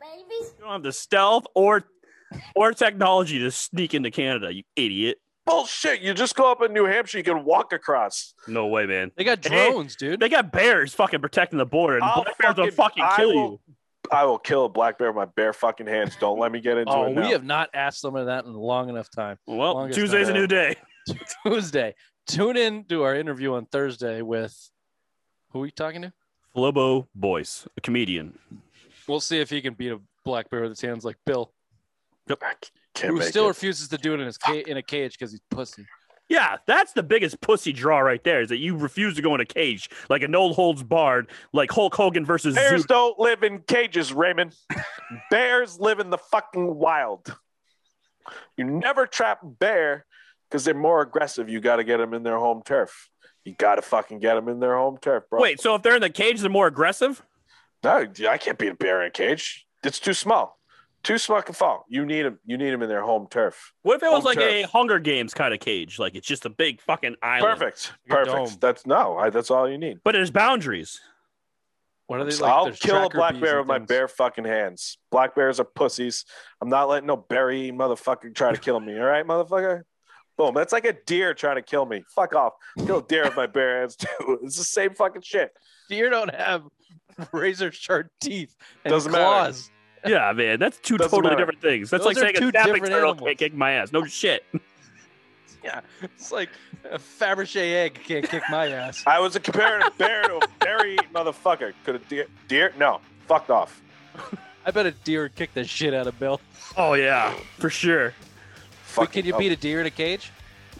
baby. You don't have the stealth or or technology to sneak into Canada, you idiot. Bullshit. You just go up in New Hampshire, you can walk across. No way, man. They got Hey. drones, dude. They got bears fucking protecting the border, and I'll black bears will fucking- fucking I kill will- you. I will kill a black bear with my bare fucking hands. Don't let me get into Oh, it. Now. we have not asked them that in a long enough time. Well, Longest Tuesday's a night. new day. Tuesday. Tune in to our interview on Thursday with who are you talking to? Lobo Boyce, a comedian. We'll see if he can beat a black bear with his hands like Bill, I c- can't who make still it. refuses to do it in his ca- in a cage because he's pussy. Yeah, that's the biggest pussy draw right there. Is that you refuse to go in a cage like an old holds barred, like Hulk Hogan versus Bears Zeus. don't live in cages, Raymond. Bears live in the fucking wild. You never trap a bear because they're more aggressive. You got to get them in their home turf. You got to fucking get them in their home turf, bro. Wait, so if they're in the cage, they're more aggressive? no, I can't beat a bear in a cage. It's too small. Too small can fall. You need them. You need them in their home turf. What if it was Home like turf. a Hunger Games kind of cage? Like it's just a big fucking island. Perfect. Like a dome. Perfect. That's no. I, that's all you need. But there's boundaries. What are they So like? I'll There's kill a tracker black bees bear with and my things. bare fucking hands. Black bears are pussies. I'm not letting no berry motherfucker try to kill me. All right, motherfucker. Boom. That's like a deer trying to kill me. Fuck off. Kill a deer with my bare hands too. It's the same fucking shit. Deer don't have razor sharp teeth and Doesn't matter. claws. Yeah, man, that's two Doesn't totally matter. different things. That's like Those saying are two a snapping different turtle animals. can't kick my ass. No shit. It's like a Fabergé egg can't kick my ass. I was comparing a bear to a berry motherfucker. Could a deer? Deer? No. Fucked off. I bet a deer would kick the shit out of Bill. Oh yeah, for sure. But Fuck can you beat a deer in a cage?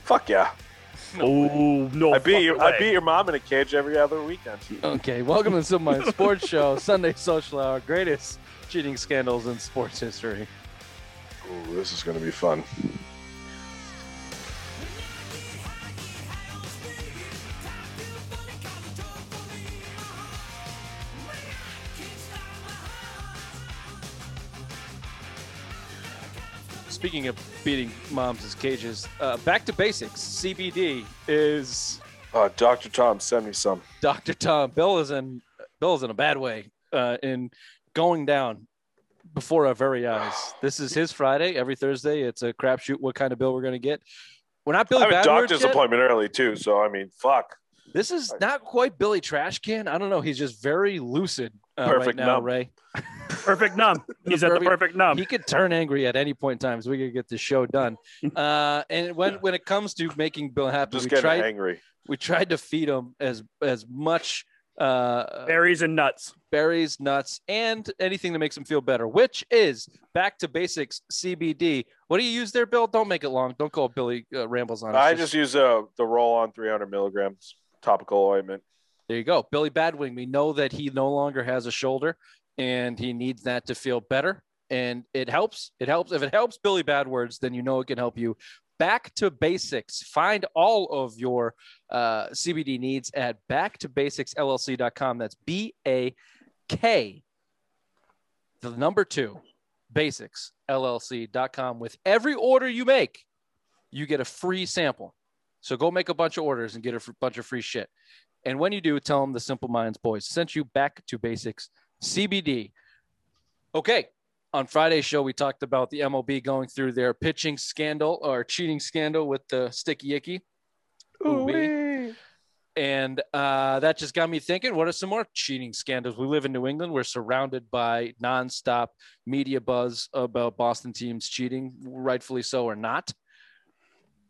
Fuck yeah. oh no, I beat fucking your, I way. beat your mom in a cage every other weekend. Okay, welcome to Some Mind Sports Show, Sunday Social Hour, greatest cheating scandals in sports history. Ooh, this is gonna be fun. Speaking of beating moms as cages, uh, back to basics. CBD is Uh, Dr. Tom, send me some. Dr. Tom. Bill is in Bill is in a bad way uh, in going down before our very eyes. This is his Friday. Every Thursday, it's a crapshoot. What kind of bill we're going to get? We're not Billy I have a Badward doctor's yet. appointment early too, so I mean, fuck. This is not quite Billy Trashcan. I don't know. He's just very lucid uh, right Perfect now, numb. Ray. perfect numb. He's at the Perfect- perfect numb. he could turn angry at any point in time, so we could get this show done. Uh, and when when it comes to making Bill happy, Just we getting tried angry. we tried to feed him as as much uh, Berries and nuts. berries, nuts, and anything that makes him feel better, which is back to basics CBD. What do you use there, Bill? Don't make it long. Don't go Billy uh, rambles on. us. I just use uh, the roll on 300 milligrams topical ointment. There you go. Billy Badwing, we know that he no longer has a shoulder and he needs that to feel better. And it helps. It helps. If it helps Billy Badwards, then you know it can help you. Back to basics. Find all of your uh, CBD needs at backtobasicsllc.com. That's B A K, the number two, basicsllc.com. With every order you make, you get a free sample. So go make a bunch of orders and get a fr- bunch of free shit. And when you do, tell them the Simple Minds boys sent you back to basics CBD. Okay. On Friday's show, we talked about the MLB going through their pitching scandal or cheating scandal with the sticky icky. Ooh-wee. And uh, that just got me thinking what are some more cheating scandals? We live in New England. We're surrounded by nonstop media buzz about Boston teams cheating, rightfully so or not.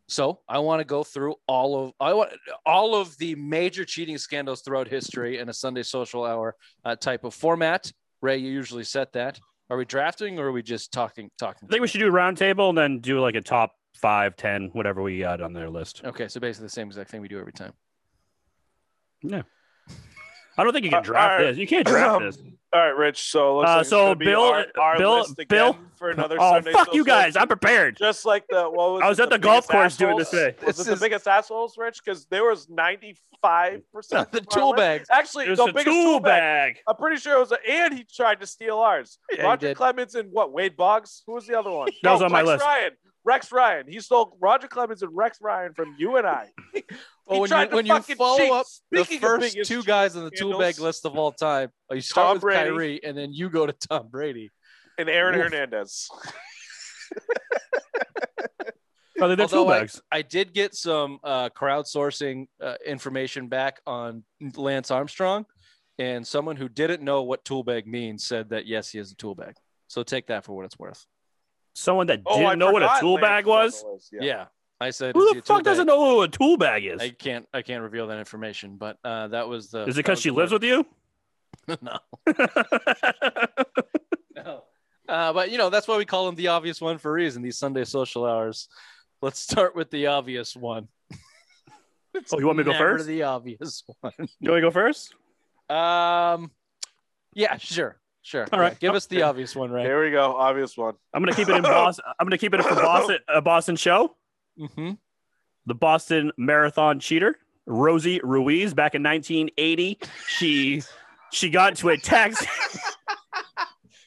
So I want to go through all of I want all of the major cheating scandals throughout history in a Sunday social hour uh, type of format. Ray, you usually set that. Are we drafting or are we just talking? Talking. I think we should do a round table and then do like a top five, ten, whatever we got on their list. Okay, so basically the same exact thing we do every time. I don't think you can Uh, draft alright. this. You can't draft Um, this. All right, Rich. So, it looks Uh, like it's so gonna be Bill- our, our Bill- list again Bill- for another Oh Sunday fuck you social. guys! I'm prepared. Just like the what was I it, was at the golf biggest course doing assholes? this today. Was This it is- the biggest assholes, Rich? Because there was 95 percent The tool bags. Actually, It was the a biggest tool bag. bag. I'm pretty sure it was, a, and he tried to steal ours. Yeah, he Roger did. Clemens and what? Wade Boggs. Who was the other one? That was No, on my Rex list. Ryan. Rex Ryan. He stole Roger Clemens and Rex Ryan from you and I. Well, He when tried you, to when you fucking follow cheat. up the Speaking of first biggest two guys on the tool scandals, bag list of all time, Oh, you start Tom with Brady. Kyrie and then you go to Tom Brady. and Aaron Oof. Hernandez. Oh, they're Although two bags. I did get some uh, crowdsourcing uh, information back on Lance Armstrong, and someone who didn't know what tool bag means said that yes, he is a tool bag. So take that for what it's worth. Someone that Oh, didn't I know what a forgot tool Lance bag was. Yeah, Yeah. I said is Who he the a tool fuck doesn't bag? know who a tool bag is? I can't. I can't reveal that information, but uh, that was the. Is it because she lives with you? you? no. I No. Uh, but you know that's why we call him the obvious one for a reason. These Sunday social hours. Let's start with the obvious one. Oh, you want me to go Never first? The obvious one. You want to go first? Um, yeah, sure, sure. All Yeah, right. give us the obvious one, right? There we go. Obvious one. I'm gonna keep it in Boston. I'm gonna keep it for Boston. A Boston show. Mm-hmm. The Boston Marathon cheater Rosie Ruiz back in 1980. She she got into a taxi.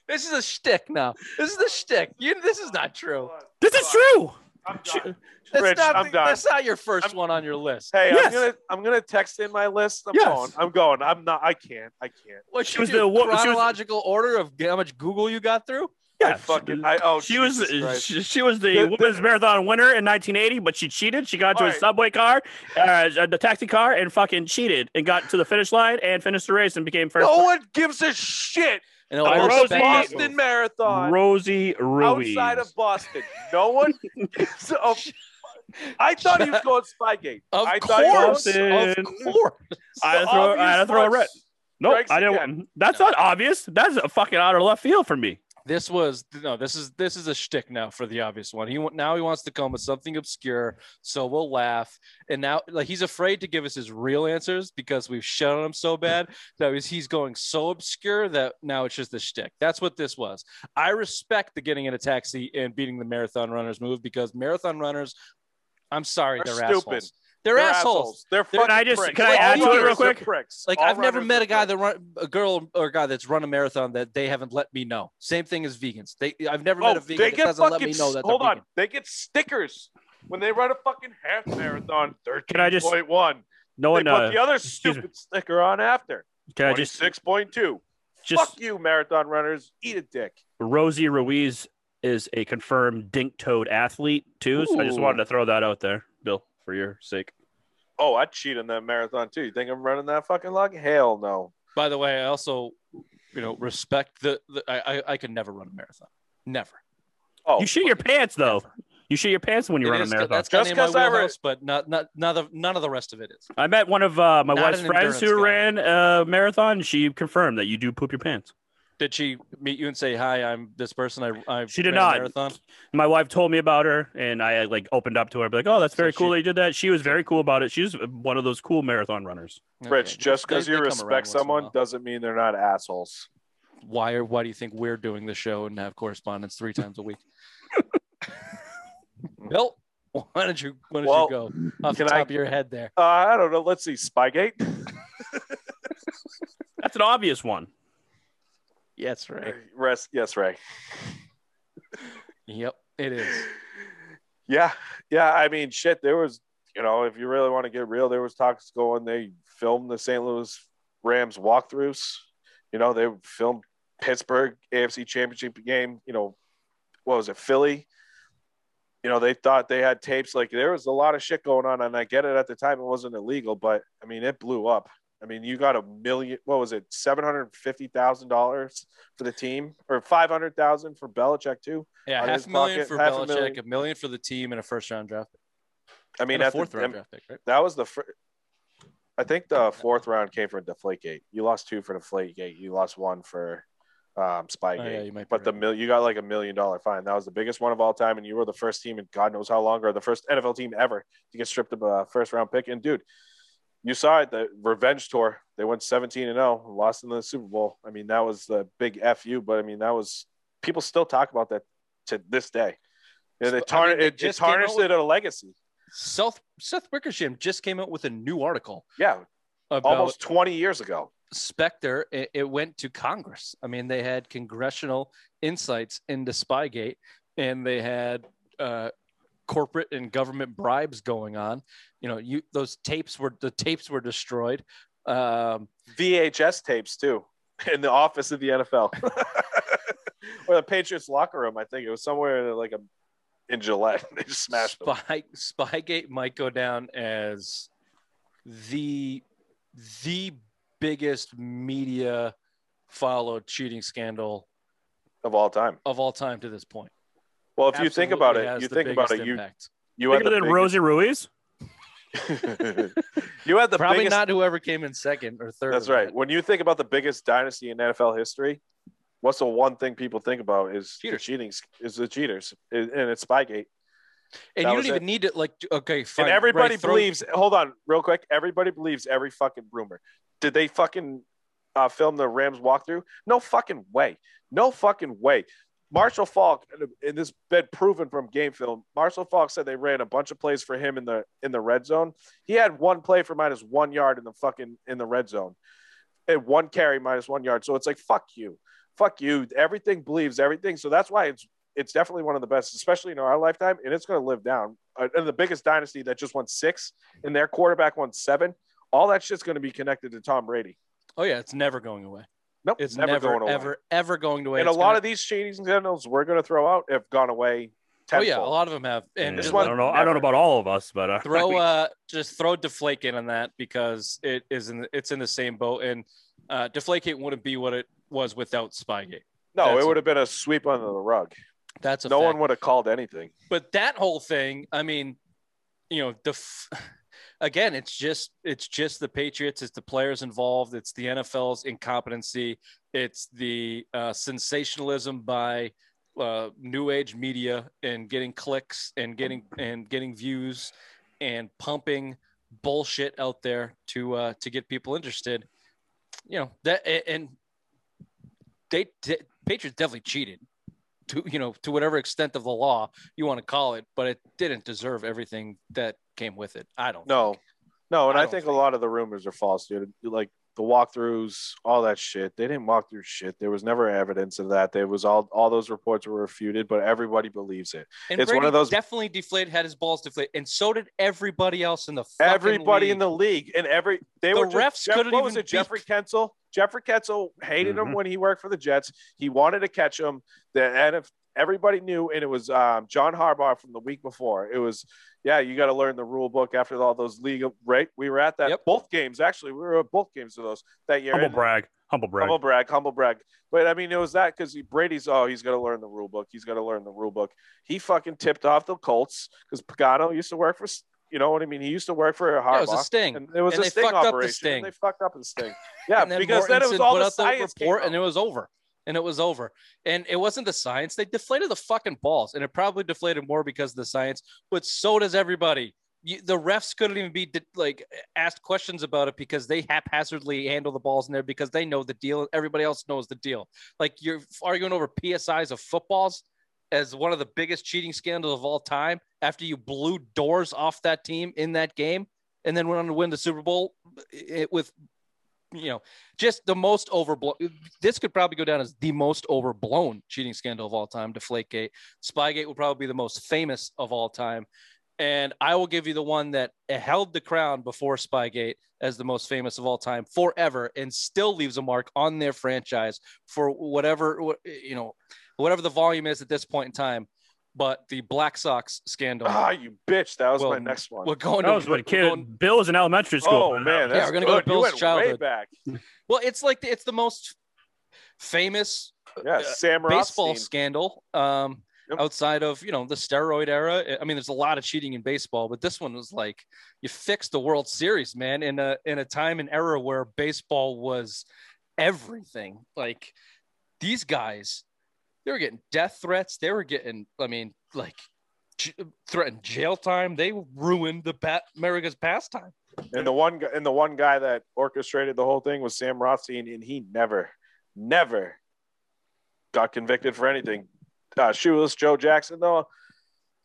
This is a shtick now. This is the shtick. You, this is not true. This is true. I'm She- done. That's Rich, not. I'm the- done. that's not your 1st I'm- one on your list. Hey, Yes. I'm gonna I'm gonna text in my list. I'm Yes. going. I'm going. I'm not. I can't. I can't. What she you was do? the wo- she was- chronological order of how much Google you got through? I fucking. I oh. she Jesus was uh, Christ. she, she was the, The- the- women's marathon winner in 1980, but she cheated. She got into a Alright. subway car, uh, the taxi car, and fucking cheated and got to the finish line and finished the race and became first. No one gives a shit. And I about respect the that Boston Marathon Rosie Ruiz. outside of Boston. No one gives a. I thought he was going Spygate. Of I thought he was- course, of Boston. course. I had The to throw- I obvious had to throw a one red. Nope, strikes I didn't. again. want- That's not obvious. That's a fucking out of left field for me. This was no. This is this is a shtick now for the obvious one. He wa- now he wants to come with something obscure, so we'll laugh. And now, like he's afraid to give us his real answers because we've shit on him so bad that he's, he's going so obscure that now it's just a shtick. That's what this was. I respect the getting in a taxi and beating the marathon runners move because marathon runners, I'm sorry, They're they're, stupid. assholes. They're, They're assholes. They're They're- fucking Can I just- pricks. can I All add to it runners real are quick? pricks. Like All I've never runners met are a guy pricks. that run a girl or a guy that's run a marathon that they haven't let me know. Same thing as vegans. They I've never met a Oh, vegan they that get doesn't fucking. let me know that hold they're on, they get stickers when they run a fucking half marathon. Can I just- point one? No one. They put Uh, the other me. stupid sticker on after. can I Twenty just six point two. just Fuck you, marathon runners. Eat a dick. Rosie Ruiz is a confirmed dink-toed athlete too. So I just Ooh. wanted to throw that out there, Bill, for your sake. Oh, I cheat on that marathon too. You think I'm running that fucking log? Hell no. By the way, I also, you know, respect the, the I, I I could never run a marathon. Never. Oh, you shit your pants though. Never. You shit your pants when you It run a is- marathon. That's kind Just of in 'cause my I re- wheelhouse, but not not none of none of the rest of it is. I met one of uh, my Not wife's an friends who ran endurance a marathon. And she confirmed that you do poop your pants. Did she meet you and say hi? I'm this person. I I She did ran a not. marathon. My wife told me about her, and I like opened up to her, like, "Oh, that's very So cool she- that you did that." She was very cool about it. She's one of those cool marathon runners. Rich, Okay. just because They- you they come around respect once in a someone while. doesn't mean they're not assholes. why are why do you think we're doing the show and have correspondence three times a week? Bill, why don't you why don't Well, you go off the can top I- of your head there? Uh, I don't know. Let's see. Spygate. That's an obvious one. Yes, right. Rest. Yes, Ray. Yep, it is. Yeah, yeah. I mean, shit. There was, you know, if you really want to get real, there was talks going. They filmed the St. Louis Rams walkthroughs. You know, they filmed Pittsburgh AFC Championship game. You know, what was it, Philly? You know, they thought they had tapes. Like there was a lot of shit going on, and I get it at the time it wasn't illegal, but I mean, it blew up. I mean, you got a million. What was it, seven hundred fifty thousand dollars for the team, or five hundred thousand for Belichick too? Yeah, Out of half his a million pocket, for half a Belichick, a million. million. for the team, and a first round draft. pick. I mean, And a at the- fourth I mean, round draft pick, right? That was the first. I think the fourth round came from Deflategate. You lost two for Deflategate. You lost one for um, Spygate. Oh, yeah, you might. be but the right. mil- you got like a million dollar fine. That was the biggest one of all time, and you were the first team in God knows how long, or the first NFL team ever to get stripped of a first round pick. And dude, you saw it the revenge tour. They went seventeen and zero, lost in the Super Bowl. I mean, that was the big fu. But I mean, that was people still talk about that to this day. Yeah, they So, I mean, tarn- they it, it just came out tarnished with- it a legacy. Seth Seth Wickersham just came out with a new article Yeah, about almost twenty years ago. Spectre, it, it went to Congress. I mean, they had congressional insights into Spygate, and they had uh, corporate and government bribes going on. You know, you those tapes were the tapes were destroyed. Um, VHS tapes too in the office of the NFL. or the Patriots locker room. I think it was somewhere in like a in Gillette. They just smashed them. Spy, Spygate might go down as the the biggest media followed cheating scandal of all time. of all time to this point. Well, if you think about Absolutely it, has you the think about biggest it. You impact. you had Bigger the than Rosie Ruiz. biggest, you had the probably biggest, not whoever came in second or third. That's of right. that. When you think about the biggest dynasty in NFL history, what's the one thing people think about is the Cheaters. cheating is the cheaters, and it's Spygate. And That you was don't even need to like okay, fine. and everybody right, throw- believes. Hold on, real quick. Everybody believes every fucking rumor. Did they fucking uh, film the Rams walkthrough? No fucking way. No fucking way. Marshall Falk, and this been proven from game film. Marshall Falk said they ran a bunch of plays for him in the in the red zone. He had one play for minus one yard in the fucking in the red zone, and one carry minus one yard. So it's like fuck you, fuck you. Everything believes everything. So that's why it's it's definitely one of the best, especially in our lifetime, and it's going to live down. Uh, And the biggest dynasty that just won six, and their quarterback won seven. All that shit's going to be connected to Tom Brady. Oh yeah, it's never going away. Nope, It's never, going away. ever, ever going away. and a It's lot gonna- of these cheating scandals we're going to throw out have gone away. oh Tenfold. yeah, a lot of them have. And Yeah, just one- I don't know. I don't know about all of us, but uh, throw uh, just throw Deflate in on that because it is in it's in the same boat, and uh, Deflate wouldn't be what it was without Spygate. No, That's it a- would have been a sweep under the rug. That's a No fact. one would have called anything. but that whole thing i mean you know the f- again it's just it's just the patriots it's the players involved it's the nfl's incompetency it's the uh, sensationalism by uh, new age media and getting clicks and getting and getting views and pumping bullshit out there to uh, to get people interested you know that a- and they, they patriots definitely cheated to you know to whatever extent of the law you want to call it, but it didn't deserve everything that came with it. I don't. No, no, and I I, don't think, a think- lot of the rumors are false, dude. Like the walkthroughs, all that shit. They didn't walk through shit. There was never evidence of that. There was all all those reports were refuted, but everybody believes it. And It's one of those- definitely deflated, had his balls deflated, and so did everybody else in the fucking Everybody league. in the league and every they The were just- refs Jeff- couldn't what was even it, Jeffrey Kensel. Jeffrey Kensel hated him Mhm. when he worked for the Jets. He wanted to catch him. The NF, everybody knew, and it was um, John Harbaugh from the week before. It was, yeah, you got to learn the rule book after all those legal. Right, we were at that Yep. both games actually. We were at both games of those that year. humble And- brag, humble brag. Humble brag, humble brag. But I mean, it was that because Brady's, oh, he's going to learn the rule book. He's going to learn the rule book. He fucking tipped off the Colts because Pagano used to work for, you know what I mean? He used to work for Yeah, Harbaugh. it was a sting. And it was And a they sting fucked up the operation. sting. and they fucked up the sting. Yeah, and then because then it was Mortensen all put the out science. came report, and it out. was over. And it was over. And it wasn't the science. They deflated the fucking balls, and it probably deflated more because of the science. But so does everybody. You, the refs couldn't even be de- like asked questions about it because they haphazardly handle the balls in there because they know the deal. Everybody else knows the deal. Like you're arguing over psi's of footballs as one of the biggest cheating scandals of all time after you blew doors off that team in that game and then went on to win the Super Bowl it, with you know just the most overblown this could probably go down as the most overblown cheating scandal of all time deflategate spygate will probably be the most famous of all time and i will give you the one that held the crown before spygate as the most famous of all time forever and still leaves a mark on their franchise for whatever wh- you know whatever the volume is at this point in time but the black sox scandal Ah, you bitch. That was Well, my next one. we're going That to was we're when kid going- Bill was in elementary school. oh, man. Yeah, That's we're gonna go good. to you Bill's went way childhood. back. well it's like it's the most famous Yeah, Uh, Sam baseball Rothstein. scandal um, Yep. outside of you know the steroid era. I- I mean, there's a lot of cheating in baseball, but this one was like you fixed the World Series, man, in a in a time and era where baseball was everything. Like these guys, they were getting death threats. They were getting, I mean, like j- threatened jail time. They ruined the bat America's pastime. And the one gu- and the one guy that orchestrated the whole thing was Sam Rothstein, and he never, never got convicted for anything. Uh, shoeless Joe Jackson though,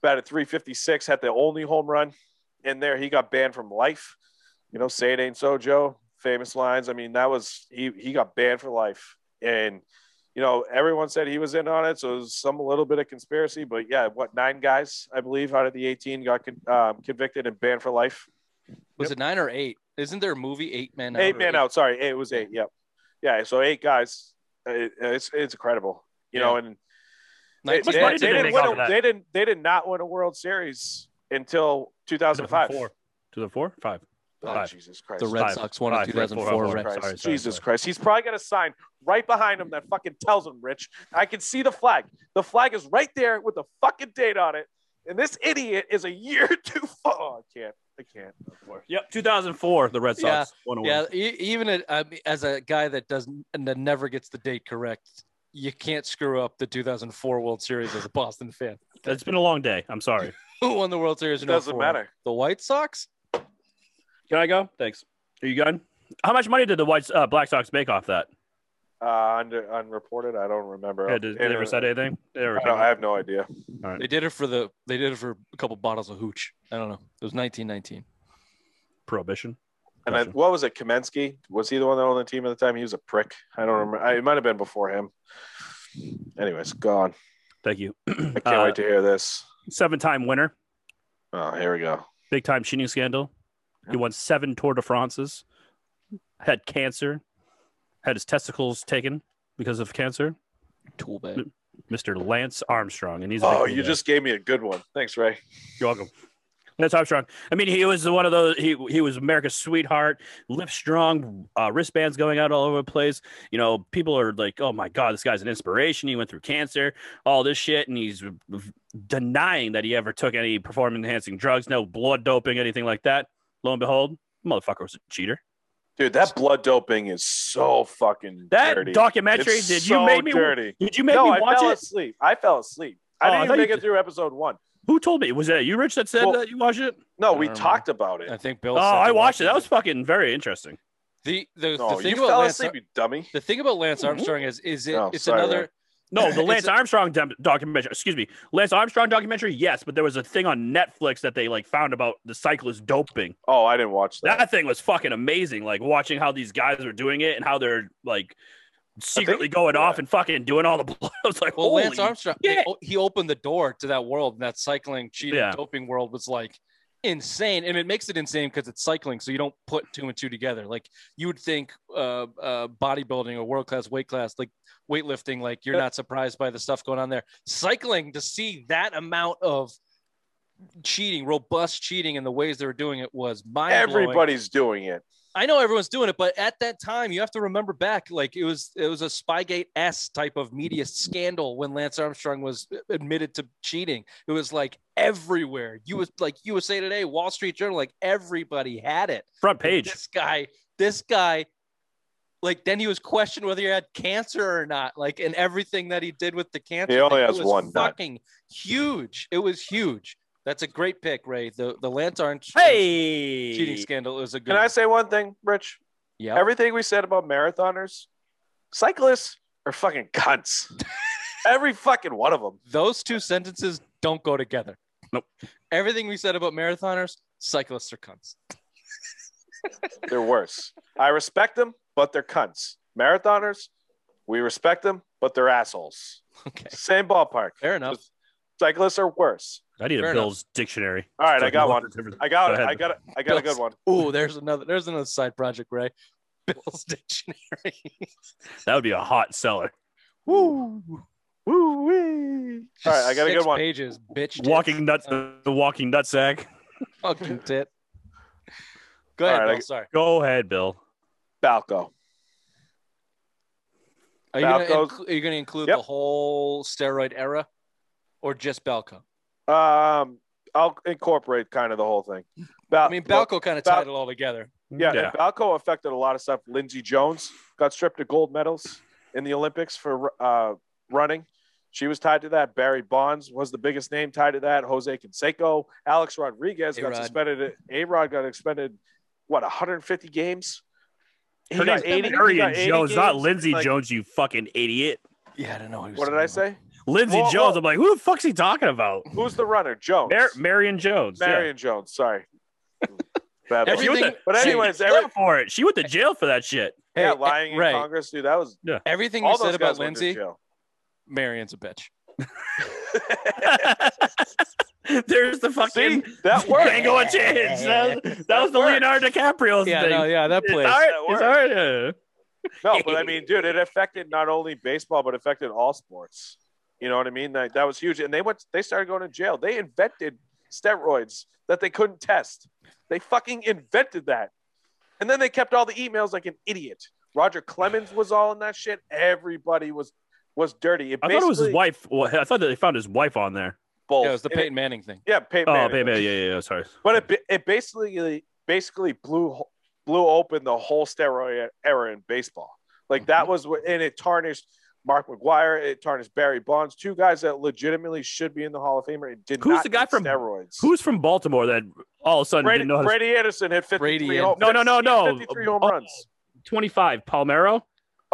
batted 356, had the only home run in there. He got banned from life. You know, say it ain't so, Joe. Famous lines. I mean, that was he. He got banned for life, and you know, everyone said he was in on it, so it was some little bit of conspiracy. But yeah, what nine guys, I believe, out of the 18 got con- um, convicted and banned for life. Was it nine or eight? Isn't there a movie Eight Men Out? Eight or man out. Sorry, it was eight. Yep. Yeah. So eight guys. It- it's it's incredible, you know. And They, much they- money did they they didn't make win off a- of that? they didn't. They did not win a World Series until 2005. 2004? Five. Oh, Five. Jesus Christ! The Red Five. Sox won in Five. Red- four- 2004, four- right? sorry, sorry, Jesus sorry. Christ. He's probably got a sign right behind him that fucking tells him, Rich. I can see the flag. The flag is right there with the fucking date on it. And this idiot is a year too far. Oh, I can't. I can't. Yep, 2004, the Red Sox Yeah. won a Yeah, World e- even it- I mean, as a guy that doesn't and that never gets the date correct, you can't screw up the 2004 World Series as a Boston fan. Series. It's been a long day. I'm sorry. Who won the World Series? It in doesn't 04? matter. The White Sox. Can I go? Thanks. Are you done? How much money did the White uh, Black Sox make off that? Uh, under, unreported. I don't remember. Yeah, did, did they ever said anything? They never- I, don't, I have no idea. They did it for the. They did it for a couple bottles of hooch. I don't know. It was 1919. Prohibition. And then, Gotcha. what was it? Kamensky? Was he the one that owned the team at the time? He was a prick. I Mm. don't remember. I, it might have been before him. Anyways, gone. Thank you. I can't Uh, wait to hear this. Seven-time winner, Oh, here we go. big-time cheating scandal. He won seven Tour de France's. Had cancer. Had his testicles taken because of cancer. Tool bag. Mr. Lance Armstrong, and he's a big Oh, deal you guy. just gave me a good one. Thanks, Ray. You're welcome. That's Armstrong. I mean, he was one of those. He he was America's sweetheart, lips strong, uh, wristbands going out all over the place. You know, people are like, "Oh my God, this guy's an inspiration." He went through cancer, all this shit, and he's denying that he ever took any performance-enhancing drugs, no blood doping, anything like that. Lo and behold, motherfucker was a cheater. Dude, that blood doping is so fucking That dirty. documentary It's did so you make me? dirty. Did you make no, me I watch fell it? asleep. I fell asleep. Oh, I I didn't thought even make you it through episode one. Who told me? Was that you, Rich, that said Well- that you watched it? No, I we don't talked about it. I think Bill. Oh, said I they watched it. him. That was fucking very interesting. the No, the, the Oh, you thing about fell Lance. asleep, you dummy. The thing about Lance Armstrong is is it Oh, it's sorry, another. Ryan. No, the It's Lance a- Armstrong dem- documentary. Excuse me, Lance Armstrong documentary. Yes, but there was a thing on Netflix that they like found about the cyclist doping. Oh, I didn't watch that. That thing was fucking amazing. Like watching how these guys are doing it and how they're like secretly going yeah. off and fucking doing all the. Blood. I was like, Well, holy. Lance Armstrong, they shit. o- he opened the door to that world, and that cycling, cheating, Yeah. doping world was like insane. And it makes it insane because it's cycling, so you don't put two and two together. Like you would think, uh, uh, bodybuilding or world class weight class, like weightlifting, like you're Yeah. not surprised by the stuff going on there. Cycling to see that amount of cheating, robust cheating, and the ways they were doing it was mind Everybody's doing it. I know everyone's doing it, but at that time, you have to remember back, like it was it was a Spygate s type of media scandal when Lance Armstrong was admitted to cheating. It was like everywhere. You was like USA Today, Wall Street Journal, like everybody had it. front page. This guy, this guy, like then he was questioned whether he had cancer or not, like and everything that he did with the cancer. He only like, it has was one nut. Fucking huge. It was huge. That's a great pick, Ray. The the Lance Armstrong Hey, cheating scandal is a good. Can I say one thing, Rich? yeah. Everything we said about marathoners, cyclists are fucking cunts. Every fucking one of them. those two sentences don't go together. Nope. Everything we said about marathoners, cyclists are cunts. They're worse. I respect them, but they're cunts. Marathoners, we respect them, but they're assholes. Okay. Same ballpark. Fair enough. Cyclists are worse. I need a Fair enough. Bill's dictionary. All right, So I got can one. look for different- I got Go it. ahead. I got it. I got a good one. Ooh, there's another there's another side project, Ray. Bill's dictionary. That would be a hot seller. Woo. Woo wee. All right, I got a Six good one. Pages, bitch. tit, Walking nuts. The walking nutsack. fucking tit. Go ahead, All right, Bill. Sorry. Go ahead, Bill. Balco. Are you, gonna Balco's- inclu- are you gonna include Yep. the whole steroid era or just Balco? Um, I'll incorporate kind of the whole thing. Bal- I mean Balco kind of Uh, Bal- tied it all together. Yeah, and Balco affected a lot of stuff. Lindsey Jones got stripped of gold medals in the Olympics for uh, running. She was tied to that. Barry Bonds was the biggest name tied to that. Jose Canseco, Alex Rodriguez A-Rod. got suspended. A Rod got suspended. What 150 games? He Her got name's 80, he got Marion 80 Jones, not games. Lindsey Like, Jones, you fucking idiot. Yeah, I don't know. he was What did I talking about. say? Lindsey Well, Jones. well- I'm like, who the fuck's he talking about? Who's the runner? Jones. Mar- Marion Jones. yeah. Marion Jones. Sorry. Yeah, Bad luck. she was Everything- a- But she anyways, went to jail every- for it. She went to jail for that shit. Hey, yeah, lying Ray, in Congress, dude. That was Everything all you those said guys about went to Lindsay, jail. Marion's a bitch. There's the fucking See, that worked. Django Unchained. That, was- that was the works. Leonardo DiCaprio Yeah, thing. no, yeah, that It's plays. art, That it's works. art, yeah. No, but I mean, dude, it affected not only baseball but affected all sports. You know what I mean? That that was huge. And they went they started going to jail. They invented steroids that they couldn't test. They fucking invented that. And then they kept all the emails like an idiot. Roger Clemens was all in that shit. Everybody was was dirty. It I thought it was his basically- wife. Well, I thought that they found his wife on there. Both. Yeah, it was the And it- Peyton Manning thing. yeah, Peyton Oh, Manning. baby, yeah, yeah, yeah. Sorry. But it, ba- it basically basically blew blew open the whole steroid era in baseball. Like Mm-hmm. that was what, and it tarnished Mark McGuire. It tarnished Barry Bonds, two guys that legitimately should be in the Hall of Famer. It did Who's not the guy need from- steroids. Who's from Baltimore that all of a sudden Brady, didn't know how to Brady Anderson hit 53 Brady home, No, no, no, no. 53 home Oh, runs. 25 Palmero?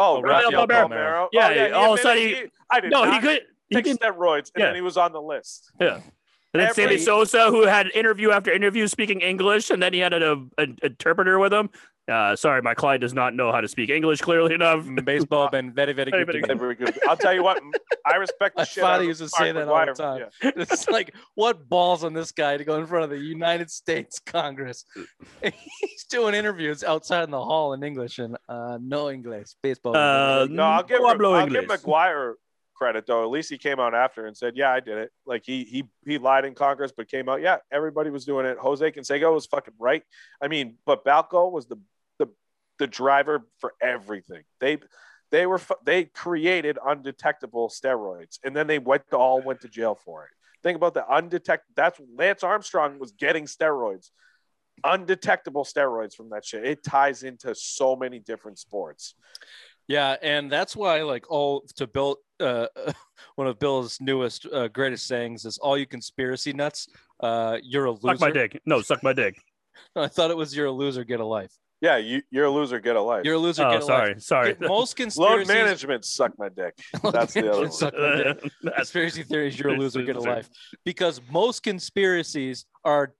Oh, Oh, Rafael Rafael Palmeiro. Palmeiro. Yeah, he all of a admitted sudden I did No, he not could. He take could. steroids, and yeah. then he was on the list. And then every- Sammy Sosa, who had interview after interview speaking English, and then he had an, uh, an interpreter with him. Uh, sorry, my client does not know how to speak English clearly enough. Mm, Baseball been very, very Very, good. to very me. Very good. I'll tell you what, I respect the My shit. father out of used to Mark say that all the McGwire. time. Yeah. It's like what balls on this guy to go in front of the United States Congress. And He's doing interviews outside in the hall in English and uh, no English baseball. Uh, No, I'll give, No hablo I'll give inglés. McGuire credit though. At least he came out after and said, "Yeah, I did it." Like he he he lied in Congress, but came out. Yeah, everybody was doing it. Jose Canseco was fucking right. I mean, but Balco was the the the driver for everything. They they were fu- they created undetectable steroids, and then they went to, all went to jail for it. Think about the undetected. That's Lance Armstrong was getting steroids, undetectable steroids from that shit. It ties into so many different sports. yeah, and that's why like all to Bill, uh, one of Bill's newest uh, greatest sayings is "All you conspiracy nuts, uh, you're a Suck my loser." dick. No, suck my dick. I thought it was "You're a loser, get a life." Yeah, you, you're a loser, get a life. You're a loser, Oh, get a life. sorry, sorry. Most Load conspiracies, management suck my dick. That's the other Suck my dick. That's- conspiracy theories you're a loser get a Loser. life because most conspiracies are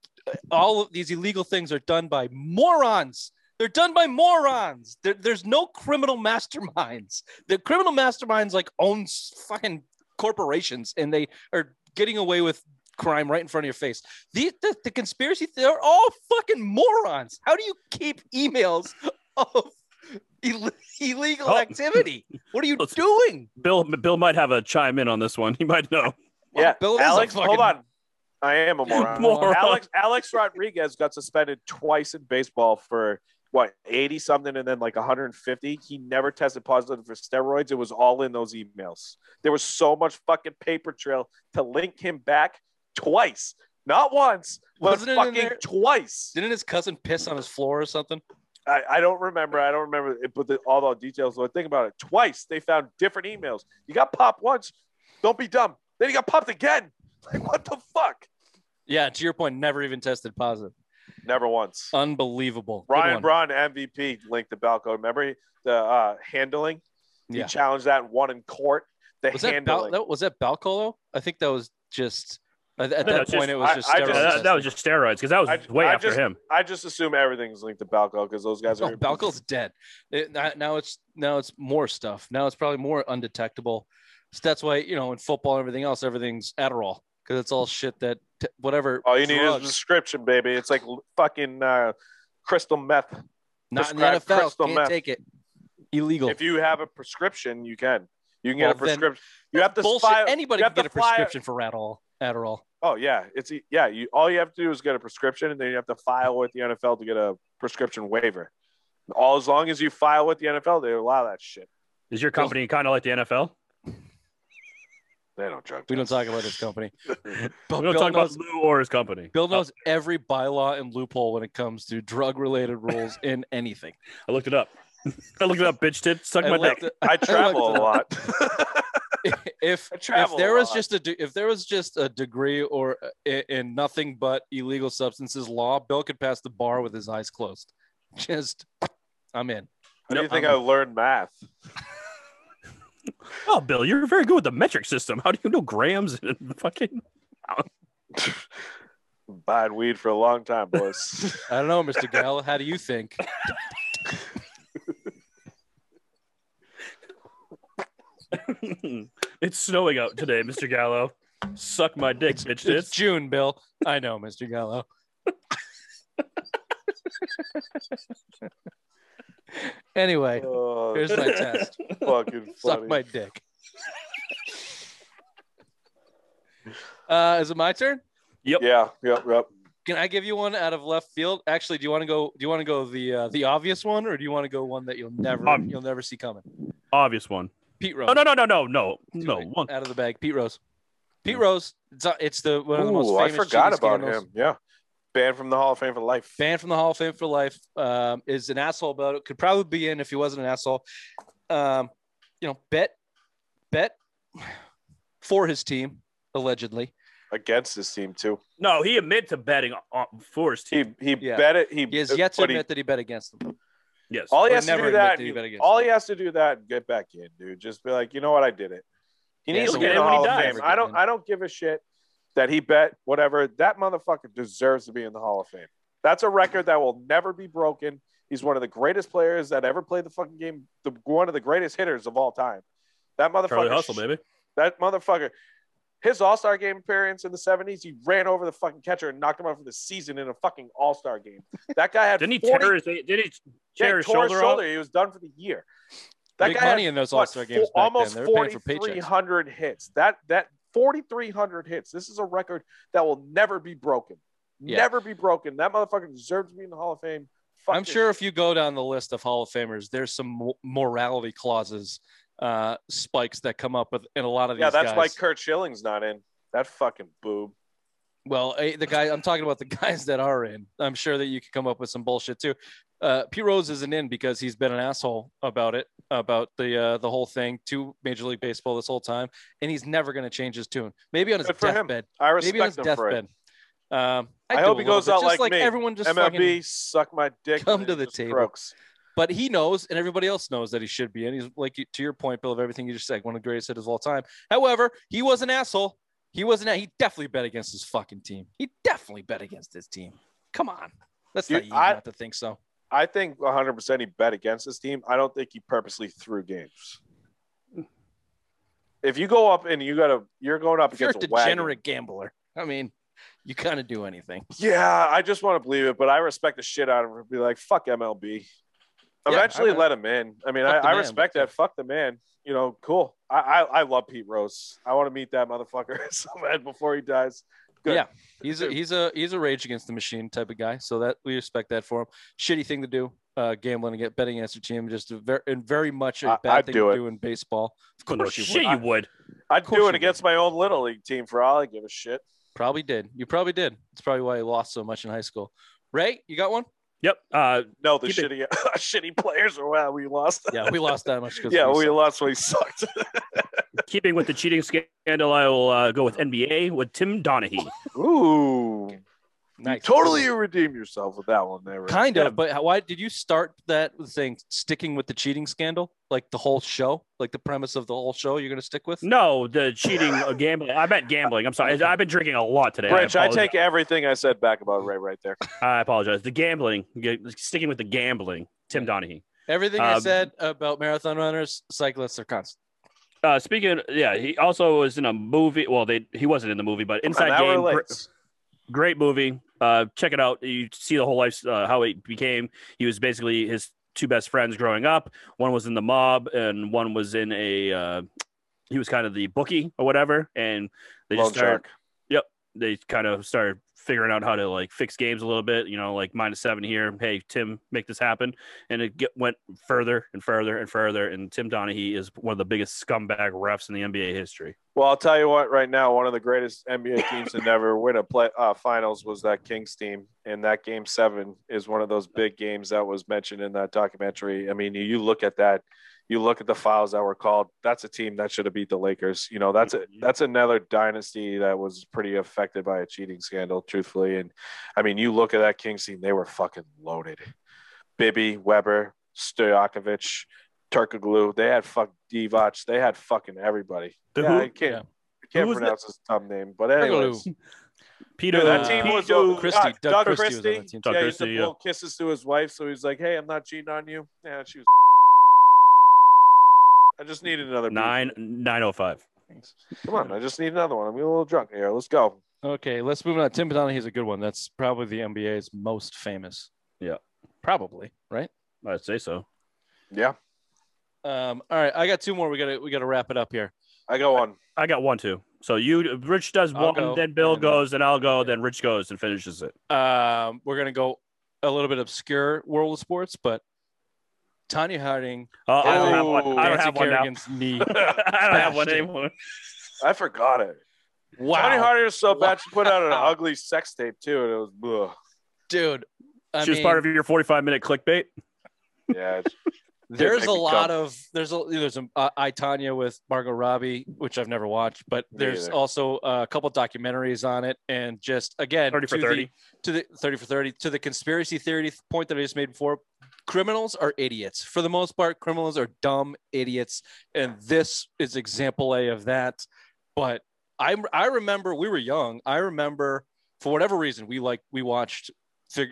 all of these illegal things are done by morons they're done by morons there, there's no criminal masterminds the criminal masterminds like own s- fucking corporations and they are getting away with crime right in front of your face these the, the conspiracy they're all fucking morons how do you keep emails of Ill- illegal Oh. activity what are you Let's- doing Bill, Bill might have a chime in on this one. He might know. yeah, Bill is a Alex, fucking- hold on. I am a Uh, moron. Moron. Alex Alex Rodriguez got suspended twice in baseball for what 80 something and then like 150. He never tested positive for steroids. It was all in those emails. There was so much fucking paper trail to link him back twice. Not once, but Wasn't it in fucking there- twice. Didn't his cousin piss on his floor or something? I, I don't remember. I don't remember it, but the, all the details. But think about it. Twice they found different emails. You got popped once. Don't be dumb. Then you got popped again. Like what the fuck? Yeah, to your point, never even tested positive. Never once. Unbelievable. Uh, Good Brian one. Braun MVP linked to Balco. Remember he- the uh, handling? Yeah. He challenged that and won in court. The Was that, Bal- handling. that was that Balcolo? I think that was just at, at No, that it's point just- it was I- just I Yeah, steroids. just- that, that was just steroids because that was I- way I after just- him. I just assume everything's linked to Balco because those guys no, are. Oh, Balco's dead. It- now- now it's now it's more stuff. Now it's probably more undetectable. So that's why you know in football and everything else, everything's Adderall because it's all shit that t- whatever. All you need is drug, a prescription, baby. It's like l- fucking uh, crystal meth. not in the prescribed NFL. crystal Can't meth. take it. Illegal. If you have a prescription, you can. You can get Well, a then- prescription. You have to Bullshit. file. Anybody you can have get to a file- prescription for Adderall. Adderall. Oh yeah, it's e- yeah. You all you have to do is get a prescription, and then you have to file with the NFL to get a prescription waiver. All as long as you file with the NFL, they allow that shit. Is your company kind of like the NFL? They don't drug. We don't test. talk about this company. We don't Bill talk knows- about Lou or his company. Bill knows every bylaw and loophole when it comes to drug related rules in anything. I looked it up. I looked it up. Bitch did suck I my looked dick. it- I travel a lot. if I if travel. there a was lot. just a de- if there was just a degree or uh, in, in nothing but illegal substances law, Bill could pass the bar with his eyes closed. Just I'm in. How do you No, um, think I'm- I learned math? Oh, Bill, you're very good with the metric system. How do you know grams and fucking? Buying weed for a long time, boys. I don't know, Mr. Gal. How do you think? it's snowing out today, Mr. Gallo. Suck my dick, bitch It's tits. June, Bill. I know, Mr. Gallo. anyway, Oh, here's my test. Oh, fucking funny. Suck my dick. Uh, is it my turn? Yeah, yep, yep. Can I give you one out of left field? Actually, do you want to go? Do you want to go the uh, the obvious one, or do you want to go one that you'll never Um, you'll never see coming? Obvious one. Pete Rose. Oh no no no no no Too no late. one. uh, out of the bag. Pete Rose. Pete Rose. It's, uh, it's the one of the most Ooh, I famous. forgot cheating about scandals. him. Yeah, banned from the Hall of Fame for life. Banned from the Hall of Fame for life. Um, is an asshole about it. Could probably be in if he wasn't an asshole. Um, you know, bet, bet for his team allegedly. Against his team too. No, he admitted to betting on for his team. He he Yeah. bet it. He, He has yet to but he- admit that he bet against them. Yes. all he or has to never do admit that. that he bet against all he has to do that and get back in, dude. Just be like, you know what, I did it. He Yeah, needs to he'll get get it in the when he Hall of dies. Fame. I don't. I don't give a shit that he bet whatever. That motherfucker deserves to be in the Hall of Fame. That's a record that will never be broken. He's one of the greatest players that ever played the fucking game. The, one of the greatest hitters of all time. That motherfucker. Charlie Hustle, baby. That motherfucker. His All Star game appearance in the '70s, he ran over the fucking catcher and knocked him out for the season in a fucking All Star game. That guy had Didn't he 40 tear his? Didn't he yeah, tear he his tore shoulder, his off? shoulder. He was done for the year. That Big guy money had, in those what, All Star games. fo- Back almost then. They were paying for paychecks. 4,300 hits. That that 4,300 hits. This is a record that will never be broken. Yeah. Never be broken. That motherfucker deserves to be in the Hall of Fame. Fuck I'm this sure shit. if you go down the list of Hall of Famers, there's some mo- morality clauses, uh, spikes that come up with in a lot of these. Yeah, that's guys. why Kurt Schilling's not in. That fucking boob. Well, eh, the guy I'm talking about the guys that are in. I'm sure that you could come up with some bullshit too. Uh, Pete Rose isn't in because he's been an asshole about it, about the uh, the whole thing to Major League Baseball this whole time, and he's never going to change his tune. Maybe on his Good for him. deathbed. I Maybe on his respect him for it. deathbed. Um, I hope do a he little goes bit, out just like like me. everyone just MLB, fucking suck my dick. come and to it the just table. croaks. but he knows and everybody else knows that he should be and he's like you- to your point bill of everything you just said one of the greatest hitters of all time however he was an asshole he wasn't he definitely bet against his fucking team he definitely bet against his team come on that's Dude, not you I- not to think so I think 100% he bet against his team. I don't think he purposely threw games. If you go up and you got to, you're going up if you're a against a wagon. degenerate gambler i mean you kind of do anything Yeah, I just want to believe it, but I respect the shit out of him. and Be like, fuck MLB. Yeah, Eventually, I- let him in. I mean, Fuck I, the I man, respect but- that. Fuck the man. You know, cool. I, I, I love Pete Rose. I want to meet that motherfucker so bad before he dies. Good. Yeah. he's a he's a he's a rage against the machine type of guy so that we respect that for him shitty thing to do uh gambling and get betting against your team just a very and very much a I- bad I'd thing do to it. do in baseball of No course you shit, would you would. I'd course do you it against my own little league team for all I give a shit. Probably did. You probably did. It's probably why he lost so much in high school. Ray, you got one? Yep. Uh, No, the Keep it- shitty, uh, shitty players are wow, we lost. Yeah, we lost that much. 'cause yeah, we we suck. lost. We sucked. keeping with the cheating scandal, I will uh, go with NBA with Tim Donaghy. Ooh, nice. totally you redeem yourself with that one there. Ray. Kind Yeah. of, but how- why did you start that thing sticking with the cheating scandal? Like the whole show, like the premise of the whole show you're going to stick with? No, the cheating uh, gambling. I meant gambling. I'm sorry. I've been drinking a lot today. Rich, I, apologize. take everything I said back about Ray right there. I apologize. The gambling. g- Sticking with the gambling. Tim Donaghy. Everything I Um, said about marathon runners, cyclists, or constant. Uh, speaking, yeah, he also was in a movie. Well, they he wasn't in the movie, but Inside And that Game, gr- relates. great movie. Uh, check it out. You see the whole life, uh, how it became. He was basically his two best friends growing up. One was in the mob, and one was in a. Uh, he was kind of the bookie or whatever, and they Lone just started. Shark. They kind of started figuring out how to like fix games a little bit. You know, like minus seven here. Hey, Tim, make this happen. And it get, went further and further and further. And Tim Donaghy is one of the biggest scumbag refs in the NBA history. Well, I'll tell you what. Right now, one of the greatest NBA teams to never win a play uh, finals was that Kings team, and that Game Seven is one of those big games that was mentioned in that documentary. I mean, you, you look at that, you look at the fouls that were called. That's a team that should have beat the Lakers. You know, that's a, that's another dynasty that was pretty affected by a cheating scandal, truthfully. And I mean, you look at that Kings team; they were fucking loaded. Bibby, Weber, Stojakovic, Turkoglu. They had fuck Divac. They had fucking everybody. The yeah, who? I can't. Yeah. I can't Who was pronounce his dumb name, but anyways, Turkoglu. Peter, Dude, that Uh, team was Peter- over. Christie, Ah, Doug Doug, Christie was on Christie. that team. Doug yeah, Christie, he yeah. used to blow kisses to his wife, so he's like, "Hey, I'm not cheating on you." Yeah, she was. I just need another beer. nine nine oh five. Come on, I just need another one. I'm getting a little drunk here. Let's go. Okay, let's move on. Tim Donahue is a good one. That's probably the NBA's most famous. Yeah. Probably, right? I'd say so. Yeah, Um, all right, I got two more. We gotta we gotta wrap it up here. I go on. I got one too. So you, Rich does I'll one, go, then Bill and then- goes, then I'll go, then Rich goes and finishes it. Um, we're gonna go a little bit obscure world of sports, but Tanya Harding, Uh, I don't have one. I don't Nancy have one now. Kerrigan's knee. I don't have one Bastion. anymore. I forgot it. Wow, Tony Hardy was so bad. She put out an Wow. ugly sex tape too, and it was ugh. dude. I she was mean, part of your 45 minute clickbait. yeah. it's- there's make a me lot come. of there's a there's a uh, I Tanya with Margot Robbie, which I've never watched, but Me there's either. also uh, a couple documentaries on it, and just again 30 for to the- 30. to the 30 for 30 to the conspiracy theory th- point that I just made before. Criminals are idiots for the most part. Criminals are dumb idiots, and this is example A of that. But I I remember we were young. I remember for whatever reason we like we watched fig-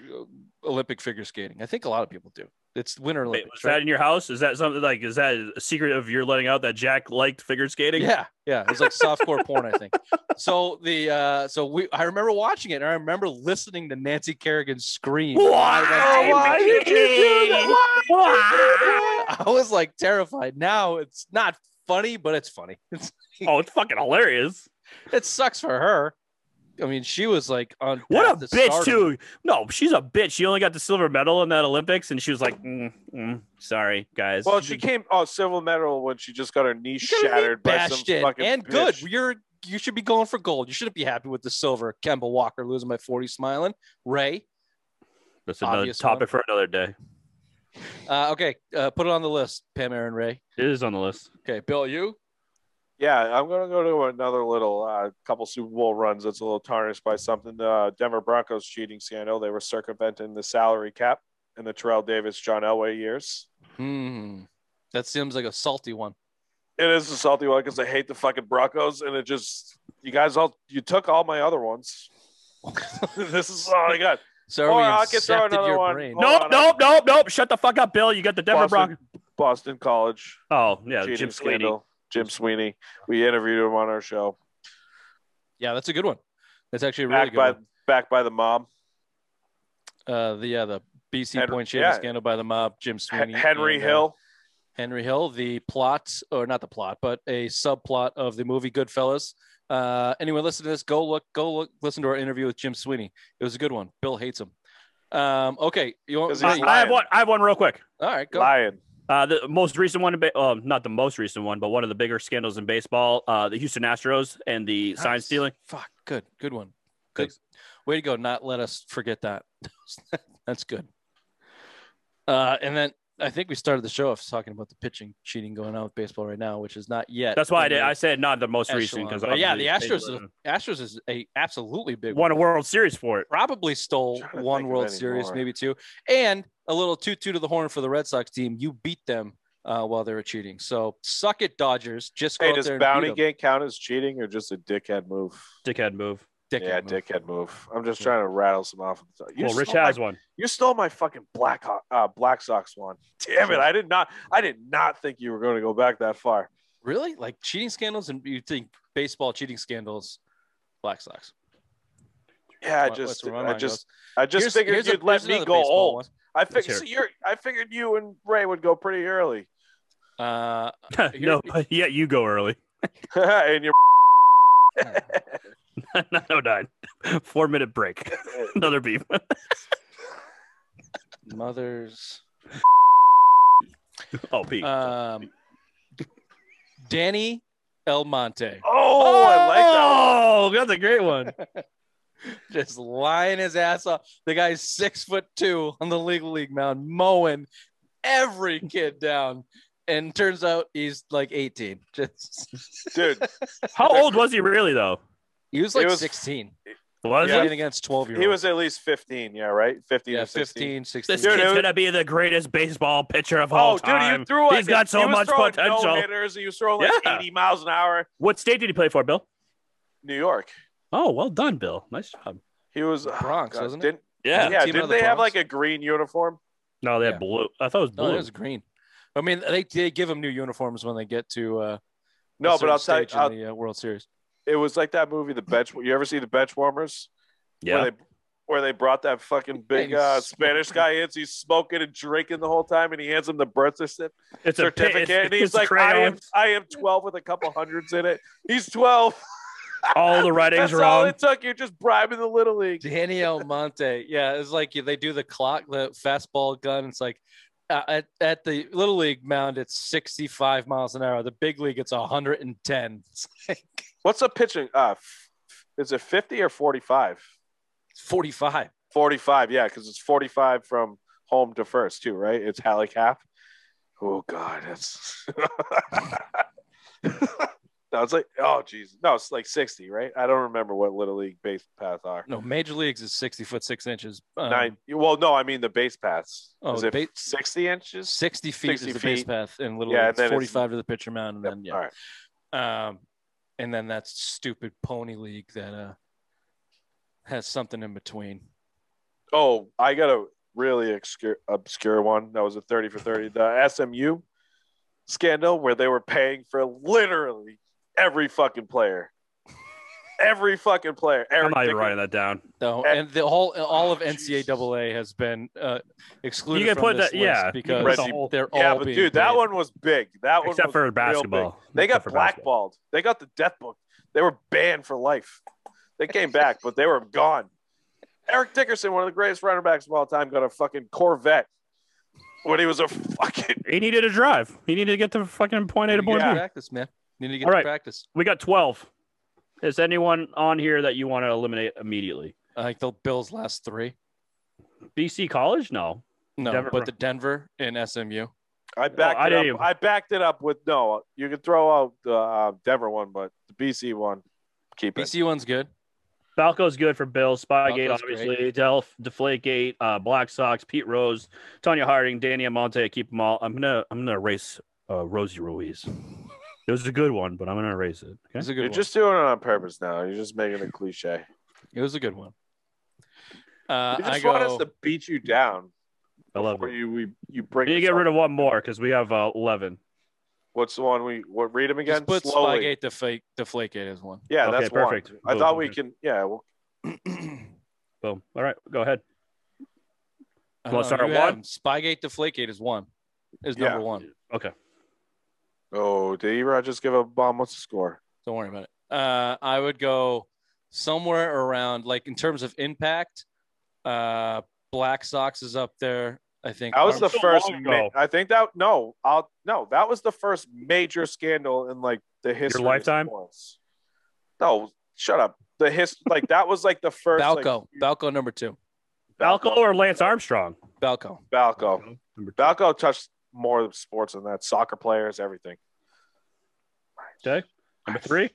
Olympic figure skating. I think a lot of people do. It's Winter Wait, Olympics. was right? that in your house? Is that something like, is that a secret of your letting out that Jack liked figure skating? Yeah, yeah. It was like softcore porn, I think. So the uh so we I remember watching it and I remember listening to Nancy Kerrigan scream. Why? Oh, why did you do that? Why? I was like terrified. Now it's not funny, but it's funny. It's, Oh, it's fucking hilarious. it sucks for her. I mean, she was like on What path a to bitch, stardom. too. No, she's a bitch. She only got the silver medal in that Olympics, and she was like, mm, mm, sorry, guys. Well, she came oh silver medal when she just got her knee You gotta be shattered by some bashed in. fucking and bitch. good. You're you should be going for gold. You shouldn't be happy with the silver. Kemba Walker losing by 40 smiling. Ray. That's another obvious one. topic for another day. Uh, okay, uh, put it on the list, Pam Aaron Ray. It is on the list. Okay, Bill, you Yeah, I'm gonna go to another little uh, couple Super Bowl runs that's a little tarnished by something. Uh, Denver Broncos cheating scandal. They were circumventing the salary cap in the Terrell Davis John Elway years. Hmm. That seems like a salty one. It is a salty one because I hate the fucking Broncos, and it just you guys all you took all my other ones. this is all I got. So Or we I'll get Oh, throw incepted another your one. brain. Hold nope, on, nope, nope, nope. Shut the fuck up, Bill. You got the Denver Boston, Broncos. Boston College. Oh, yeah, cheating Jim Sweeney. scandal. Jim Sweeney. We interviewed him on our show. Yeah, that's a good one. That's actually a really Back good. by one. back by the mob. Uh, the yeah, the BC Henry- point shaving yeah. scandal by the mob, Jim He- Sweeney, Henry and, uh, Hill. Henry Hill. The plot, or not the plot, but a subplot of the movie Goodfellas. Uh, anyway, listen to this. Go look. Go look. Listen to our interview with Jim Sweeney. It was a good one. Bill hates him. Um, okay, you want? Is he I, He's I have lying. one. I have one real quick. all right, go. Lion. Uh, the most recent one, uh, not the most recent one, but one of the bigger scandals in baseball, uh, the Houston Astros and the sign Nice. stealing. Fuck. Good. Good one. Good. Way to go. Not let us forget that. That's good. Uh, and then I think we started the show off talking about the pitching cheating going on with baseball right now, which is not yet. That's why I in did. the I said not the most recent e- echelon. because But yeah, the Astros they is Astros is a absolutely big won a World Series for it. Probably stole Trying to one think of World any Series, more. maybe two, and a little two two to the horn for the Red Sox team. You beat them uh, while they were cheating. So suck it, Dodgers. Just go Hey, out does there and bounty beat 'em. gate count as cheating or just a dickhead move? Dickhead move. Dickhead yeah, move. dickhead move. I'm just Yeah. trying to rattle some off. You well, Rich stole my- has one. you stole my fucking Black Hawk, uh, Black Sox one. Damn it! I did not. I did not think you were going to go back that far. Really? Like cheating scandals and you think baseball cheating scandals, Black Sox. Yeah, I What- just, what's where my I mind just, goes. I just Here's- figured here's a- you'd let here's me another go baseball old. one. I Let's figured hear so you're. I figured you and Ray would go pretty early, Uh, no, but yeah, you go early. and you're. no, nine. Four minute break. Another beef. mothers. Oh, Pete. Um, Danny El Monte Oh, I like that. one. Oh, that's a great one. just lying his ass off. The guy's six foot two on the legal league mound, mowing every kid down. And turns out he's like 18. Just dude. How old was he really though? he was like was- 16. Was He's Yeah. he? hitting against 12 year olds. He was at least 15, yeah, right? 15 yeah, or 16. 15, 16. This Dude, kid's it was- gonna be the greatest baseball pitcher of all Oh, dude, time. you threw He's got so he was much throwing potential. No hitters. He was throwing like Yeah. 80 miles an hour. What state did he play for, Bill? New York. Oh, well done, Bill. Nice job. He was oh, Bronx, God, wasn't it? didn't, Yeah. Yeah, Team out didn't of the they have Bronx? like a green uniform? No, they had Yeah. blue. I thought it was No, blue. it Oh, was green. I mean, they, they give them new uniforms when they get to uh, No, a but I'll certain tell you, stage I'll, in the uh, World Series. it was like that movie, The Bench. You ever see The Bench Warmers? yeah. Where they, where they brought that fucking big He's uh, Spanish guy in? He's smoking and drinking the whole time, and he hands him the birth certificate. It's a pit- certificate, it's- and he's it's like, "I am, crayons. I am twelve with a couple hundreds in it." He's twelve. all the writing's That's all wrong. it took. You're just bribing the little league. Daniel Monte. Yeah, it's like they do the clock, the fastball gun. It's like uh, at, at the little league mound, it's 65 miles an hour. The big league, it's 110. It's like What's the pitching? Uh, f- is it fifty or forty-five? 45. Forty-five, yeah, because it's forty-five from home to first too, right? It's Hallie Cap. Oh God, that's. no, it's like oh geez, no, it's like sixty, right? I don't remember what little league base paths are. No, major leagues is 60 foot six inches. Um, Nine. Well, no, I mean the base paths. Oh, is it ba- sixty inches? 60 feet 60 is the base feet. path in little Yeah, yeah, and then it's- 45 to the pitcher mound, and Yep, then All yeah, right. um, and then that stupid pony league that uh has something in between. Oh, I got a really obscure, obscure one. That was a 30 for 30. The SMU scandal where they were paying for literally every fucking player. Every fucking player. I'm Eric not even Dickerson. writing that down. No, Eh. and the whole all of Oh, NCAA Jesus. has been uh, excluded. You can from put this that, yeah, list you can put because the whole- they're all. Yeah, but being dude, that paid. one was big. That one except was for real big. basketball. They got Except for basketball. blackballed. They got the death book. They were banned for life. They came back, but they were gone. Eric Dickerson, one of the greatest running backs of all time, got a fucking Corvette when he was a fucking. He needed a drive. He needed to get to fucking point A to You need point to Yeah. B. practice, man. You need to get All to right. practice. We got 12. Is anyone on here that you want to eliminate immediately? Like the Bills' last three. BC College? No. No, Denver- but the Denver and SMU. I backed I it didn't up. even- I backed it up with no. You could throw out the uh, Denver one, but the BC one, keep it. BC one's good. Falco's good for Bills. Spygate, Falco's obviously. Delf, Deflategate, uh, Black Sox, Pete Rose, Tanya Harding, Danny Amonte. Keep them all. I'm gonna I'm gonna erase uh, Rosie Ruiz. It was a good one, but I'm gonna erase it. It Okay. was a good You're one. just doing it on purpose now. You're just making it cliche. It was a good one. Uh, You just I go. want us to beat you down I love before it. you we, We you bring. need to get us rid up. of one more because we have uh, eleven. what's the one we what read them again Just put slowly. Spygate to fake deflate gate as one. Yeah, Okay, that's perfect. One. I Boom, thought we okay. can. Yeah, well, Boom. All right, go ahead. I You wanna don't know, start you at had one? them. Spygate deflate gate is one. Is Yeah. number one. Okay. Oh, did E Rod just give a bomb? What's the score? Don't worry about it. Uh, I would go somewhere around, like in terms of impact, uh, Black Sox is up there. I think. That was Or- the so first. long Ma- ago. I think that no, I'll no. That was the first major scandal in like the history. of lifetime? sports. No, shut up. The his like that was like the first. like, Balco. Balco number two. Falco or Lance Armstrong? Balco. Balco. Number two. Balco touched more sports than that. Soccer players, everything. Okay. Number three.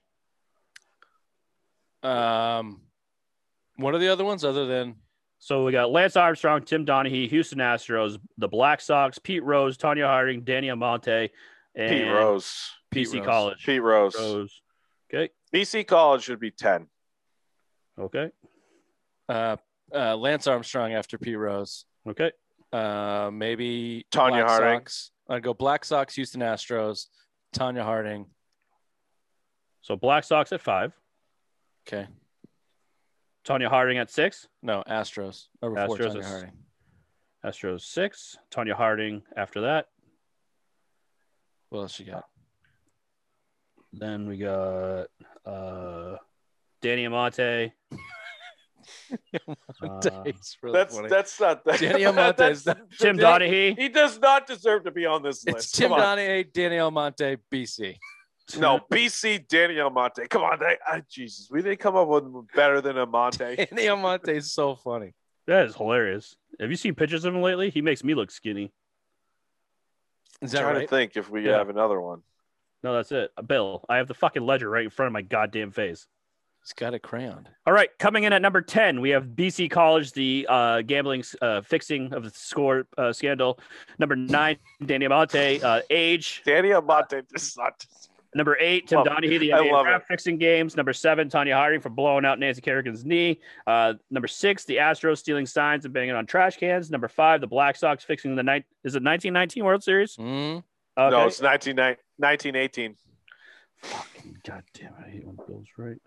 Um, what are the other ones other than? So we got Lance Armstrong, Tim Donahue, Houston Astros, the Black Sox, Pete Rose, Tanya Harding, Danny Amonte, and Pete Rose. Pete BC Rose. College. Pete Rose. Rose. Okay. BC College should be ten. Okay. Uh, uh, Lance Armstrong after Pete Rose. Okay. Uh, maybe Tanya Black Harding. Sox. I'd go Black Sox, Houston Astros, Tanya Harding. So Black Sox at five, Okay. Tanya Harding at six, No, Astros. Number four, Astros Tanya is- Harding. Astros six, Tanya Harding after that. What else you got? Then we got uh, Danny Amate. uh, It's really That's funny. that's not that. Danny Amante is that's- Tim Donahue. He does not deserve to be on this list. It's Tim Come on. Donahue, Daniel Monte, BC. No, BC Danny Amante. Come on, they, ah, Jesus, we didn't come up with better than Amante. Daniel Monte is so funny. That is hilarious. Have you seen pictures of him lately? He makes me look skinny. Is that trying right? to think if we Yeah. have another one. No, that's it. Uh, Bill, I have the fucking ledger right in front of my goddamn face. He's got a crayon. All right, coming in at number 10, we have BC College, the uh, gambling uh, fixing of the score uh, scandal. Number nine, Danny Amante, uh, age. Danny Amante does not. Number eight, Tim Love it. Donahue, the I NBA love draft fixing games. Number seven, Tanya Harding for blowing out Nancy Kerrigan's knee. Uh, number six, the Astros stealing signs and banging on trash cans. Number five, the Black Sox fixing the night. Is it 1919 World Series? Mm, Okay. No, it's 19, 1918. God damn, I hate when Bill's right.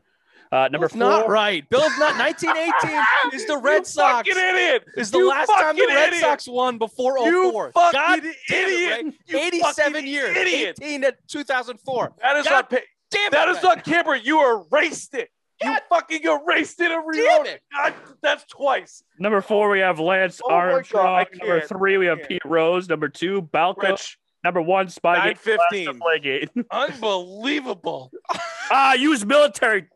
Uh, number Bill's four. not right. Bill's not. 1918 is the You Red Sox. Fucking idiot. Is the You last time the fucking Red idiot. Sox won before You 04. fucking God damn it, idiot. Ray. You 87 fucking years. Idiot. 18 to 2004. That is God not. Pa- Damn that it. is Ray. on camera. You erased it. You God fucking erased it and Damn rewrote it. it. God, that's twice. Number four, we have Lance Oh my God, I Armstrong. Number can't. three, we have can't. Pete Rose. Number two, Balco. Rich, Number one, Spygate. Last 915. of Playgate. Unbelievable. Ah, use military.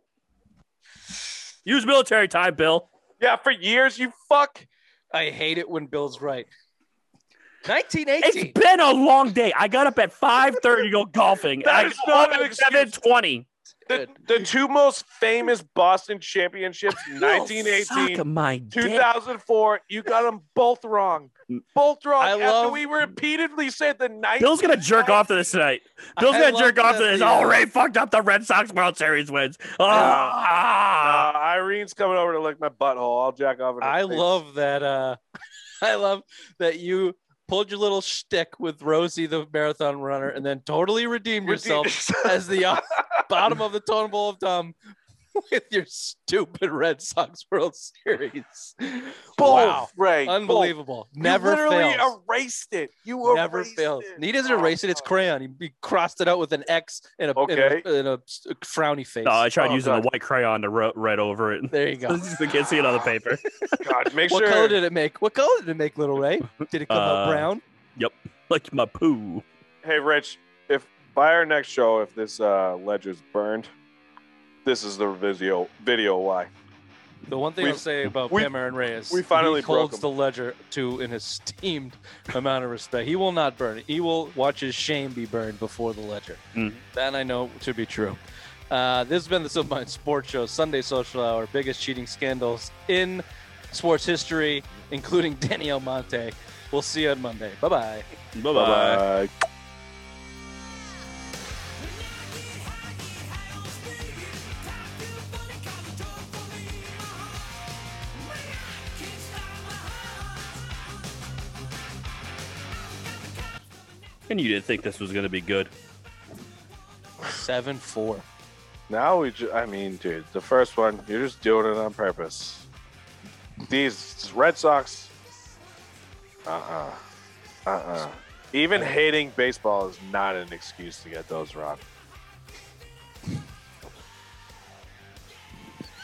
Use military time, Bill. Yeah, for years, you fuck. I hate it when Bill's right. It's 1918. been a long day. I got up at five thirty to go golfing. That I is not an Seven excuse. twenty. The, the two most famous Boston championships, Oh, 1918, My dick. 2004. You got them both wrong. Both wrong. I after love- we repeatedly said the night. Bill's gonna jerk off to this tonight. Bill's I gonna love jerk off to that this. the- Oh, Ray fucked up the Red Sox World Series wins. Ah. Uh, Irene's coming over to lick my butthole. I'll jack off. in her I face. love that. Uh, I love that you pulled your little shtick with Rosie, the marathon runner, and then totally redeemed yourself as the uh, bottom of the totem pole of dumb with your stupid Red Sox World Series. Both, Wow. Ray. both. Unbelievable. You Never literally fails. erased it. You Never erased fails. It. Oh, He doesn't erase it. It's crayon. He, he crossed it out with an X and a, Okay. and a, and a s- frowny face. No, I tried Oh, using God. a white crayon to ro- write over it. there you go. Just can't see it on the paper. God, make What sure. color did it make? What color did it make, Little Ray? Did it come out Uh, brown? Like my poo. Hey, Rich, if by our next show, if this uh, ledger's burned, this is the video video why. The one thing we- I'll say about we- Pam Aaron Reyes, we finally he broke holds him. the ledger to an esteemed amount of respect. He will not burn it. He will watch his shame be burned before the ledger. Mhm. That I know to be true. Uh, this has been the Submind Sports Show, Sunday Social Hour, biggest cheating scandals in sports history, including Danny Almonte. We'll see you on Monday. Bye bye. Bye bye. Bye-bye. And you didn't think this was gonna be good. 7 4. Now we, ju- I mean, dude, the first one, you're just doing it on purpose. These Red Sox, uh uh-uh. uh, Even hating baseball is not an excuse to get those wrong.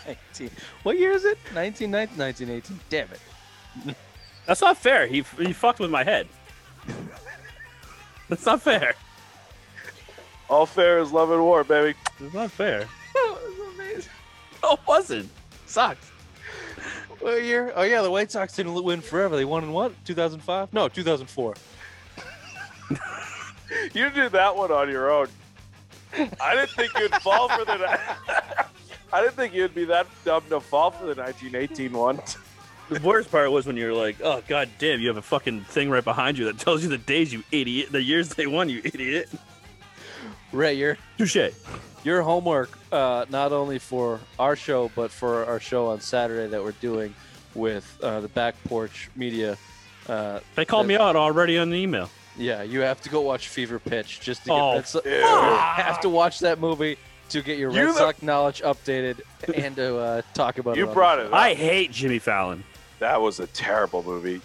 19. What year is it? 19, 1918. Damn it. That's not fair. He he fucked with my head. That's not fair. All fair is love and war, baby. That's not fair. That was amazing. No, it wasn't. Sucks. What year? Oh yeah, the White Sox didn't win forever. They won in what? 2005? No, 2004. You did that one on your own. I didn't think you'd fall for the. I didn't think you'd be that dumb to fall for the 1918 one. The worst part was when you were like, "Oh god damn, you have a fucking thing right behind you that tells you the days you idiot, the years they won, you idiot." Ray, your Touche. your homework, uh, not only for our show but for our show on Saturday that we're doing with uh, the Back Porch Media. Uh, They called me out already on the email. yeah, you have to go watch Fever Pitch just to get Oh, Red So- dude. you have to watch that movie to get your You Red the- Sox knowledge updated and to uh, talk about it. You on the brought it. Up. I hate Jimmy Fallon. That was a terrible movie.